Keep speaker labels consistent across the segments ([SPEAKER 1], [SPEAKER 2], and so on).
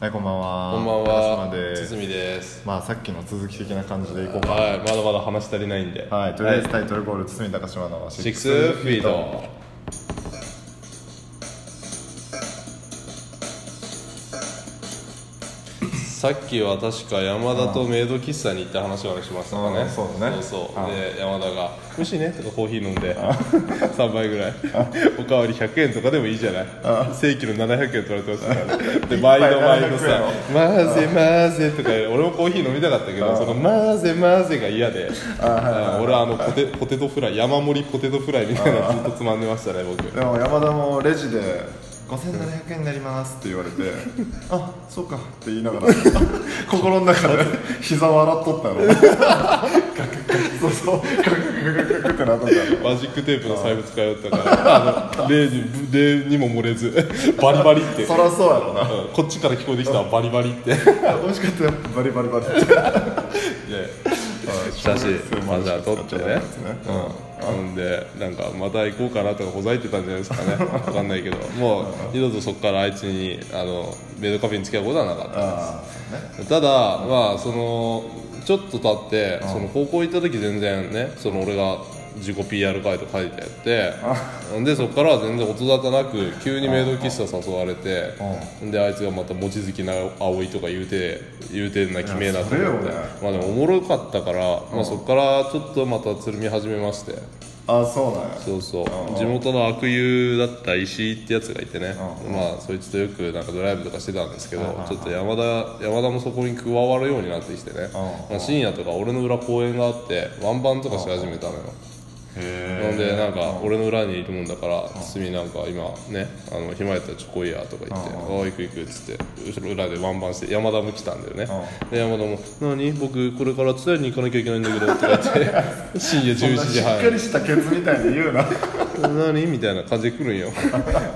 [SPEAKER 1] はい、こんばんは。
[SPEAKER 2] こんばん
[SPEAKER 1] 安
[SPEAKER 2] は
[SPEAKER 1] 間です
[SPEAKER 2] 堤です
[SPEAKER 1] まあ、さっきの続き的な感じでいこうか。
[SPEAKER 2] はいまだまだ話足りないんでは
[SPEAKER 1] はい、とりあえずタイトルゴール、堤高島の
[SPEAKER 2] シックスフィートさっきは確か山田とメイド喫茶に行った話をしましたか
[SPEAKER 1] う
[SPEAKER 2] ね
[SPEAKER 1] んそうだね
[SPEAKER 2] そうそう
[SPEAKER 1] うん
[SPEAKER 2] で山田が「美味しいね」とかコーヒー飲んで3杯ぐらいおかわり100円とかでもいいじゃない正規の700円取られてましたからねで毎度毎度
[SPEAKER 1] 700円
[SPEAKER 2] さ
[SPEAKER 1] を
[SPEAKER 2] 「混ぜ混ぜ」とか俺もコーヒー飲みたかったけどその「混ぜ混ぜ」が嫌でうん俺はあのポテポテトフライ山盛りポテトフライみたいなのずっとつまんでましたね僕
[SPEAKER 1] でも、山田もレジで。5700円になりますって言わ れてあそうかって言いながら 心の中で膝笑っと ったのそうそうガクガクガクガクってなっとったの
[SPEAKER 2] マジックテープの細部使いよったからあの例に例にも漏れずバリバリって
[SPEAKER 1] そらそうやろな
[SPEAKER 2] うんこっちから聞こえてきたわバリバリ ってで
[SPEAKER 1] 美味しかったよバリバリバリって
[SPEAKER 2] 写真まずは撮ってね
[SPEAKER 1] うん
[SPEAKER 2] ほんでなんかまた行こうかなとかほざいてたんじゃないですかねわかんないけどもう二度とそこからあいつにあのメイドカフェに付き合うことはなかった
[SPEAKER 1] あ
[SPEAKER 2] ただ、まあそのちょっと経って、その高校行った時全然ねその俺が自己 PR ガイド書いてやってでそこからは全然音沙汰なく急にメイド喫茶誘われてであいつがまた望月な葵とか言うて言うてんな決めえなと
[SPEAKER 1] いや
[SPEAKER 2] 思っ
[SPEAKER 1] そ
[SPEAKER 2] て、
[SPEAKER 1] れよね
[SPEAKER 2] まあでもおもろかったから、まあ、そこからちょっとまたつるみ始めまして
[SPEAKER 1] ああそうなんや
[SPEAKER 2] そうそう地元の悪友だった石井ってやつがいてね
[SPEAKER 1] う
[SPEAKER 2] まあそいつとよくなんかドライブとかしてたんですけどちょっと山田山田もそこに加わるようになってきてねまあ深夜とか俺の裏公園があってワンバンとかし始めたのよ
[SPEAKER 1] へ
[SPEAKER 2] なんでなんか俺の裏にいるもんだから堤なんか今ねあの暇やったらちょこいやとか言って「ああ行く行く」っつって後ろ裏でワンバンして山田も来たんだよねで山田も「何僕これから伝えに行かなきゃいけないんだけど」とか言って深
[SPEAKER 1] え
[SPEAKER 2] 夜11時半
[SPEAKER 1] しっかりしたケツみたいに言うな
[SPEAKER 2] 何みたいな感じで来る んよ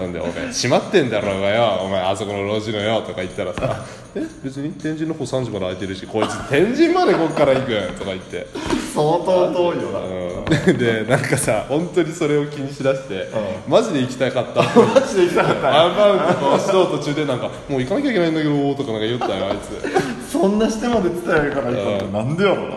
[SPEAKER 2] なんで「お前閉まってんだろうがよお前あそこの路地のよ」とか言ったら さ「え別に天神の方3時まで空いてるしこいつ天神までこっから行くん」とか言って
[SPEAKER 1] 相当遠いよな
[SPEAKER 2] うんでなんかさ本当にそれを気にしだしてマジで行きたか った
[SPEAKER 1] マジで行きたかった
[SPEAKER 2] アンバウンドとか走ろう途中でなんか「もう行かなきゃいけないんだけど」とかなんか言ったよあいつ
[SPEAKER 1] そんなしてまで伝えるから行ったってなんでやろな
[SPEAKER 2] うん、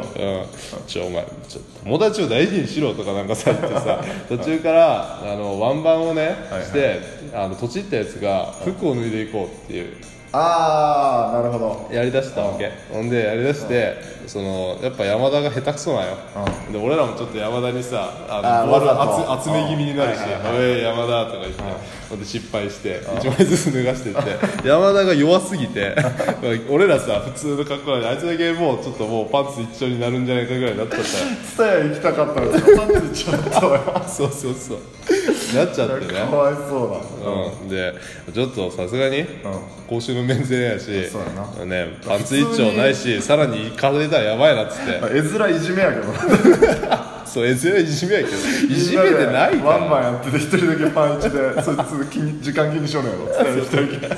[SPEAKER 2] ちょお前ちょ友達を大事にしろとかなんかさ言って さ途中からあのワンバンをね
[SPEAKER 1] はい
[SPEAKER 2] してあのとちったやつが服を脱いでいこうっていう
[SPEAKER 1] ああなるほど
[SPEAKER 2] やりだしたわけほんでやりだしてそのやっぱ山田が下手くそなんよで俺らもちょっと山田にさあ
[SPEAKER 1] あー
[SPEAKER 2] のボー
[SPEAKER 1] わざと
[SPEAKER 2] ル集集め気味になるし「おい山田」とか言ってほんで失敗して1枚ずつ脱がして って山田が弱すぎて 俺らさ普通の格好なんであいつだけもうちょっともうパンツ一丁になるんじゃないかぐらいになっちゃったよ
[SPEAKER 1] 伝え行きたかったのにパンツちょっとよ
[SPEAKER 2] そうそうそうなっちゃってね
[SPEAKER 1] かわいそうだ
[SPEAKER 2] うん、でちょっとさすがに公衆の免税やし
[SPEAKER 1] そうやな
[SPEAKER 2] ね、パンツ一丁ないしさらに行かれたらやばいなっつって
[SPEAKER 1] 絵面いじめやけどな
[SPEAKER 2] そう SL いじめやけどいじめてない か
[SPEAKER 1] ワンマ
[SPEAKER 2] ら
[SPEAKER 1] ンやってて一人だけパンイチ でそいつ気に時間気にしようのやろ伝える一人だ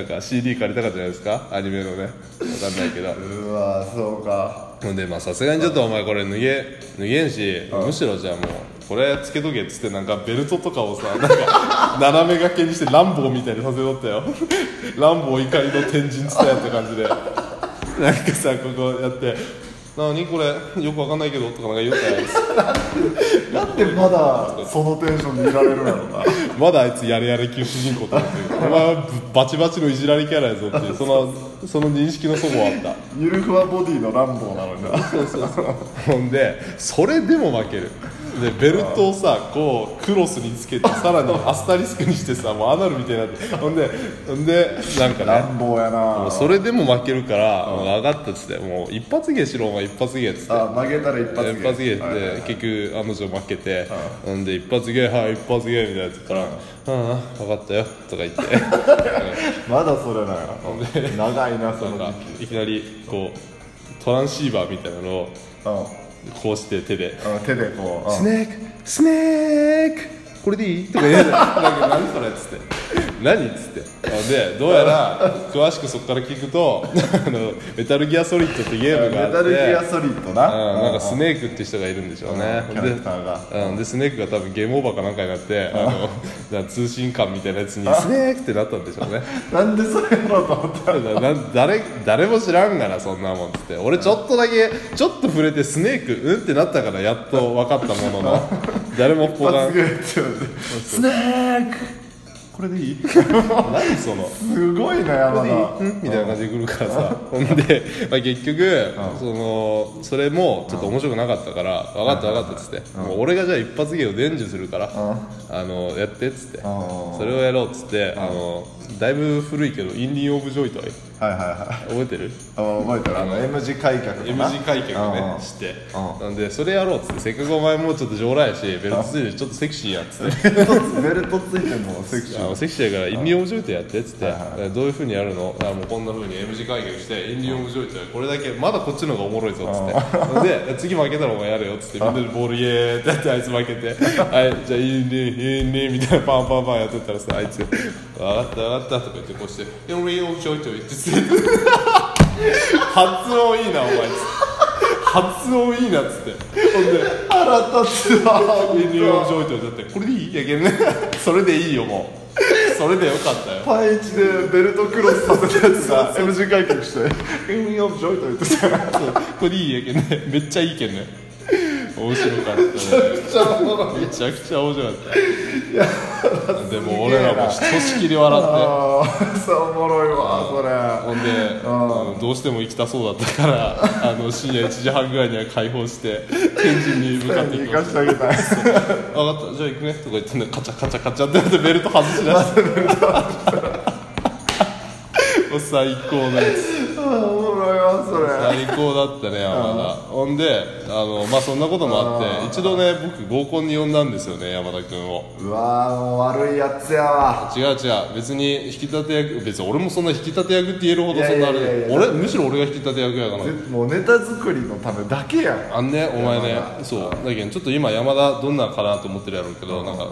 [SPEAKER 2] なんか CD 借りたかったじゃないですかアニメのねわかんないけど
[SPEAKER 1] けうわーそうか
[SPEAKER 2] ほんでまあさすがにちょっとお前これ脱げ脱げんしむしろじゃあもうこれつけとけっつってなんかベルトとかをさなんか 斜め掛けにしてランボーみたいにさせとったよ ランボー怒りの天神つったやった感じ でなんかさここやって「何これよくわかんないけど」とかなんか言ったやつ
[SPEAKER 1] なんでまだそのテンションでいられるんやろな
[SPEAKER 2] まだあいつやれやれ級主人公と思ってるお前はバチバチのいじられキャラやぞっていうそのその認識のそごはあった
[SPEAKER 1] ゆるふわボディのランボーなのにな
[SPEAKER 2] そうそうそう ほんでそれでも負けるでベルトをさこうクロスにつけてさらにアスタリスクにしてさもうアナルみたいになってほんでほんでなんか
[SPEAKER 1] ラ
[SPEAKER 2] ね
[SPEAKER 1] ンボーや
[SPEAKER 2] もう
[SPEAKER 1] な
[SPEAKER 2] それでも負けるからもう上がったっつってもう一発芸しろお前一発芸っつって
[SPEAKER 1] あ曲げたら一発芸
[SPEAKER 2] 一発芸っ
[SPEAKER 1] はいはい
[SPEAKER 2] て結局案の定負けてほんで一発芸はい一発芸みたいなやつから「うんうん分かったよ」とか 言って
[SPEAKER 1] まだそれなんや長いなそ
[SPEAKER 2] なん
[SPEAKER 1] の
[SPEAKER 2] か
[SPEAKER 1] 時期
[SPEAKER 2] いきなりこうトランシーバーみたいなのを
[SPEAKER 1] うん
[SPEAKER 2] こうして手で
[SPEAKER 1] あの手でこう、
[SPEAKER 2] スネークスネークこれでいいとか言うてなんか何それっつって何っつってでどうやら詳しくそこから聞くと あのメタルギアソリッドってゲームがあ
[SPEAKER 1] メ
[SPEAKER 2] って
[SPEAKER 1] タルギアソリッドな
[SPEAKER 2] うん、なんかス
[SPEAKER 1] ー
[SPEAKER 2] ネークって人がいるんでしょうね、
[SPEAKER 1] キャラクターが
[SPEAKER 2] で,、うん、でスネークが多分ゲームオーバーかなんかになってあの なんか通信官みたいなやつにスネークってなったんでしょうね
[SPEAKER 1] なんでそれやろうと思った
[SPEAKER 2] だからなん誰誰も知らんがなそんなもんっつって俺ちょっとだけちょっと触れてスネークうんってなったからやっと分かったものの誰もポ
[SPEAKER 1] 一
[SPEAKER 2] カ
[SPEAKER 1] 発
[SPEAKER 2] ン
[SPEAKER 1] ぐらいって言われてスネークこれでいい
[SPEAKER 2] 何その
[SPEAKER 1] すごいな山田
[SPEAKER 2] みたいな感じで来るからさほんで、まあ、結局そのそれもちょっと面白くなかったから分かった分かったっつってもう俺がじゃあ一発芸を伝授するからあのやってっつって
[SPEAKER 1] ん
[SPEAKER 2] それをやろうっつってあのだいぶ古いけどインディー・オブ・ジョイトイ
[SPEAKER 1] はいはいはい
[SPEAKER 2] 覚えてる
[SPEAKER 1] あ覚えてるあの M 字開脚か
[SPEAKER 2] M
[SPEAKER 1] な
[SPEAKER 2] 字開脚
[SPEAKER 1] うんう
[SPEAKER 2] ね
[SPEAKER 1] ん
[SPEAKER 2] して
[SPEAKER 1] う
[SPEAKER 2] なんでそれやろうっつってせっかくお前もちょっと上来やしベルトついてるしちょっとセクシーやっつって
[SPEAKER 1] ベルトついてんのセクシ
[SPEAKER 2] あ
[SPEAKER 1] ー
[SPEAKER 2] のセクシーやからインディオブジョイトやってっつって、どういうふうにやるのあもうこんなふうに M 字開脚してインディオブジョイトやこれだけまだこっちの方がおもろいぞっつって で次負けたらお前やるよっつってみんなでボールイエーってやってあいつ負けて はいじゃあインディインディみたいなパンパンパンやってたらさあいつ「分かった分かった」とか言ってこうして「インディオブジョイト」って言って 発音いいなお前っつって発音いいなっつってほんで
[SPEAKER 1] 腹立つわ
[SPEAKER 2] インディオブジョイトやってこれでいいやけんね それでいいよもうそれでよかったよ
[SPEAKER 1] パンイチでベルトクロスさせたやつが M 字開脚して「インオブジョイ」と言 ってためっ
[SPEAKER 2] そうこれいいやけんねめっちゃいいけんね面白かったね
[SPEAKER 1] ちゃおもろい
[SPEAKER 2] めちゃくちゃ面白かったでも俺らもひとしきり笑って
[SPEAKER 1] ああ そうおもろいわ
[SPEAKER 2] ほんであのどうしても行きたそうだったからあの深夜1時半ぐらいには解放して天神に向
[SPEAKER 1] そ
[SPEAKER 2] か
[SPEAKER 1] れ
[SPEAKER 2] ってい
[SPEAKER 1] 行
[SPEAKER 2] き
[SPEAKER 1] か
[SPEAKER 2] ま
[SPEAKER 1] し
[SPEAKER 2] して
[SPEAKER 1] あげたい
[SPEAKER 2] た分かったじゃあ行くねとか言ってんでカチャカチャカチャってやってベルト外しだして もう最高だよ
[SPEAKER 1] あーおもろいわそれ
[SPEAKER 2] 最高だったね山田ほんであの、まあ、そんなこともあって一度ね僕合コンに呼んだんですよね山田君を
[SPEAKER 1] うわーもう悪いやつやわ
[SPEAKER 2] 違う違う別に引き立て役別に俺もそんな引き立て役って言えるほどそんなあ
[SPEAKER 1] いやいやい
[SPEAKER 2] れ
[SPEAKER 1] やいや
[SPEAKER 2] 俺むしろ俺が引き立て役やから
[SPEAKER 1] ぜもうネタ作りのためだけやん
[SPEAKER 2] あんねお前ね
[SPEAKER 1] 山
[SPEAKER 2] そうだけどちょっと今山田どんなかなと思ってるやろうけどなんか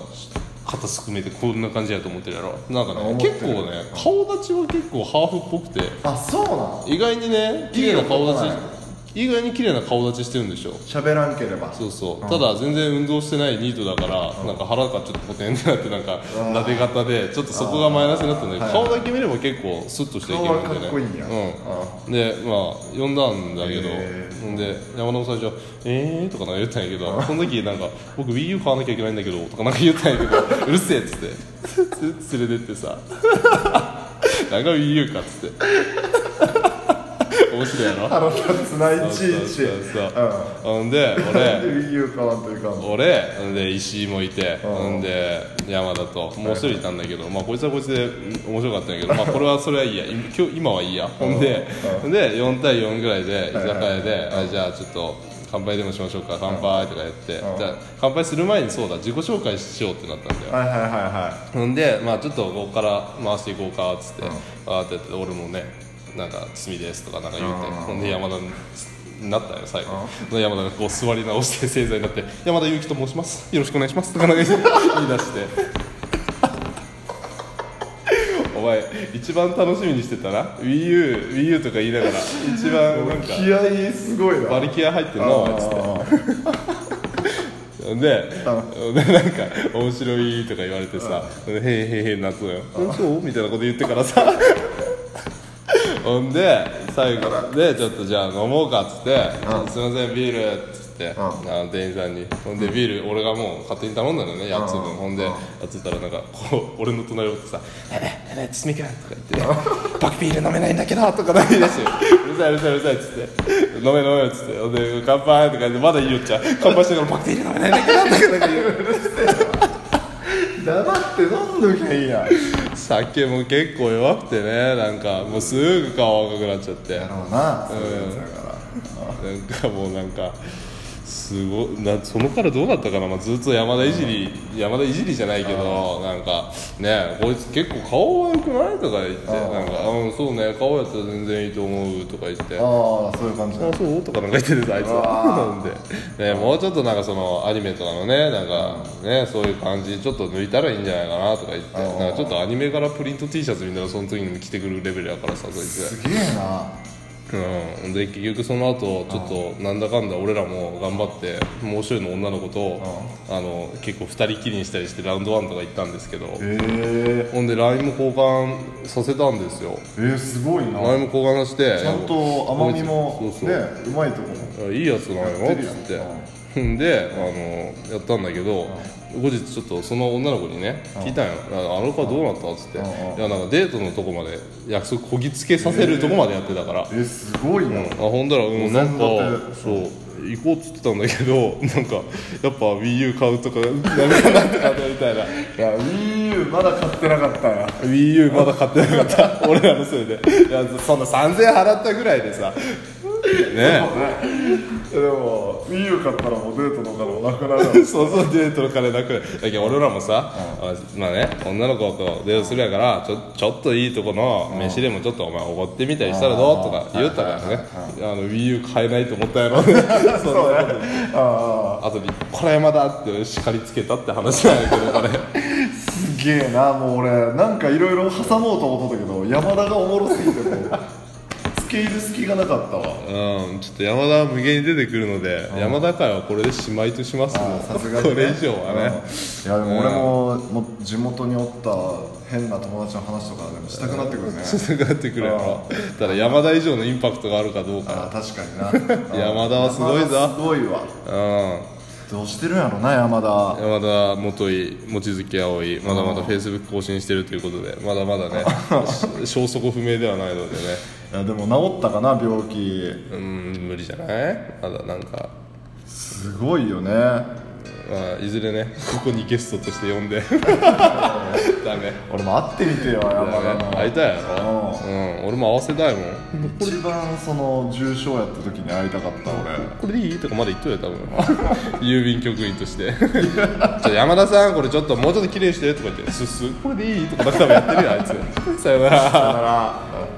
[SPEAKER 2] 肩すくめてこんな感じやと思ってるやろなんかね
[SPEAKER 1] 思ってる
[SPEAKER 2] 結構ね顔立ちは結構ハーフっぽくて
[SPEAKER 1] あそうなの
[SPEAKER 2] 意外にね綺麗な顔立
[SPEAKER 1] いいよ
[SPEAKER 2] ち意外に綺麗な顔立ちしてるんでしょ
[SPEAKER 1] 喋らんければ
[SPEAKER 2] そうそう、ただ全然運動してないニートだから、なんか腹がちょっとポテンってなってなんかなで方でちょっとそこがマイナスになったんだけど、顔だけ見れば結構スッとしていけるんでね
[SPEAKER 1] 顔はかっこいいんや
[SPEAKER 2] うん、でまあ呼んだんだけど、
[SPEAKER 1] へ
[SPEAKER 2] ほんで山田も最初「えー」とかなんか言ったんやけどその時なんか「僕 WiiU 買わなきゃいけないんだけど」とかなんか言ったんやけど 「うるせえ」っつってつ連れてってさ 「なんか WiiU か」っつ って面白いやろ
[SPEAKER 1] 腹立つないちいち
[SPEAKER 2] そうそう
[SPEAKER 1] う
[SPEAKER 2] そうほんで俺
[SPEAKER 1] んで WiiU 買わんといかんの
[SPEAKER 2] 俺で石井もいてんで山田ともう一人いたんだけど、まあ、こいつはこいつでうん面白かったんやけど、まあ、これはそれはいいや今今日今はいいやほんでで4対4ぐらいで居酒屋であじゃあちょっと乾杯でもしましょうか乾杯とかやってじゃあ乾杯する前にそうだ自己紹介しようってなったんだよ
[SPEAKER 1] はいはいはいは
[SPEAKER 2] ほんで、まあ、ちょっとここから回していこうかっつって、あーってやって俺もねなんか「罪です」とかなんか言うて、ほんで山田になったよ最後、で山田がこう座り直して正座になって「山田裕貴と申しますよろしくお願いします」とかなんか言 い言い出してお前一番楽しみにしてたな WiiUWiiU とか言いながら一番なん
[SPEAKER 1] い
[SPEAKER 2] か
[SPEAKER 1] 気合いすごいな
[SPEAKER 2] 馬力が入ってんなお前っつってででなんか「面白い」とか言われてさ「へいへいへい」なったのよ「そう?」みたいなこと言ってからさほんで最後でちょっとじゃあ飲もうかっつって「すいませんビール」っつってあの店員さんにほんでビール俺がもう勝手に頼んだのね8つ分ほんでやってたらなんかこう俺の隣をさ「やべやべ堤君」とか言って「バクビール飲めないんだけど」とか何言い出して 「うるさいうるさいうるさい」っつって「飲め飲め」っつってほんで「乾杯」とか言ってまだ言いよっちゃう乾杯してから「バクビール飲めないんだけど」とかなんか言う
[SPEAKER 1] 黙って飲んどきゃいいやん
[SPEAKER 2] 酒も結構弱くてねなんかもうすぐ顔赤くなっちゃって
[SPEAKER 1] だろうなそういうやつだから
[SPEAKER 2] なんかもうなんかすごいなそのからどうなったかな、まあ、ずっと山田いじり、山田いじりじゃないけどなんかねこいつ結構顔は良くないとか言ってなんか、うん、そうね顔やったら全然いいと思うとか言ってあ
[SPEAKER 1] ああそういう感じだ
[SPEAKER 2] そうとかなんか言っててあいつはなんで、ね、もうちょっとなんかそのアニメとかのねなんかねそういう感じちょっと抜いたらいいんじゃないかなとか言って
[SPEAKER 1] あ
[SPEAKER 2] なんかちょっとアニメからプリント T シャツみたいなその時に着てくるレベルやからさそいつ
[SPEAKER 1] すげえな
[SPEAKER 2] うん、で結局その後ちょっとなんだかんだ俺らも頑張ってもう一人の女の子とあの結構2人きりにしたりしてラウンドワンとか行ったんですけど
[SPEAKER 1] え
[SPEAKER 2] ほんで LINE も交換させたんですよ
[SPEAKER 1] えー、すごいな
[SPEAKER 2] LINE も交換して
[SPEAKER 1] ちゃんと甘みもね
[SPEAKER 2] そうそ
[SPEAKER 1] う
[SPEAKER 2] う
[SPEAKER 1] まいとこも
[SPEAKER 2] いいやつなん
[SPEAKER 1] や
[SPEAKER 2] よ
[SPEAKER 1] ってるやん
[SPEAKER 2] っつってんであのやったんだけど後日ちょっとその女の子にね聞いたんよ「ああの子はどうなった?」っつって「い
[SPEAKER 1] うん
[SPEAKER 2] やなんかデートのとこまで約束こぎつけさせるとこまでやってたから
[SPEAKER 1] えー、すごいな、
[SPEAKER 2] あほんだらうんなんか
[SPEAKER 1] お膳立て
[SPEAKER 2] そう行こうっつってたんだけど なんかやっぱ WiiU 買うとかダメかなとかみたいない
[SPEAKER 1] や WiiU まだ買ってなかったよ
[SPEAKER 2] WiiU まだ買ってなかった俺らのせいでいやそんな3000円払ったぐらいでさねえ
[SPEAKER 1] でも WiiU 買ったらもうデートとかでもなくな る
[SPEAKER 2] そうそうデートの金なくなるだけど俺らもさ、あまあね女の子とデートするやからちょちょっといいとこの飯でもちょっとお前おごってみたりしたらどうとか言ったからねあの WiiU 買えないと思ったやろ そんなこと
[SPEAKER 1] あ
[SPEAKER 2] あとに「これ山だ」って叱りつけたって話なんやけどこれ
[SPEAKER 1] あすげえなもう俺なんかいろいろ挟もうと思っとったけど山田がおもろすぎてもう付け入る隙がなかったわ
[SPEAKER 2] うんちょっと山田は無限に出てくるので山田会はこれでしまいとしますもん
[SPEAKER 1] さすがに、
[SPEAKER 2] これ以上はね
[SPEAKER 1] うんいやでも俺も,、もう地元におった変な友達の話とかでもしたくなってくる ね
[SPEAKER 2] ちょっとなってくるやろただ山田以上のインパクトがあるかどう
[SPEAKER 1] あ
[SPEAKER 2] か
[SPEAKER 1] あ確 かにな
[SPEAKER 2] 山田はすごいぞ
[SPEAKER 1] 山田すごいわ
[SPEAKER 2] うん
[SPEAKER 1] どうしてるんやろな山田
[SPEAKER 2] 山田元井望月葵まだまだフェイスブック更新してるということでまだまだねし消息不明ではないのでね
[SPEAKER 1] いやでも治ったかな病気
[SPEAKER 2] うん無理じゃないまだなんか、
[SPEAKER 1] すごいよね
[SPEAKER 2] まあ、いずれねここにゲストとして呼んでダメ
[SPEAKER 1] 俺も会ってみてよ山田の
[SPEAKER 2] 会いたいやろ、うん、俺も合わせたいもん
[SPEAKER 1] 一番その重症やった時に会いたかった俺
[SPEAKER 2] これでいいとかまだ言っとるよ多分郵便局員として「ちょ山田さんこれちょっともうちょっと綺麗して」とか言って「すっすこれでいい?」とかなんか多分やってるよあいつさよなら
[SPEAKER 1] だから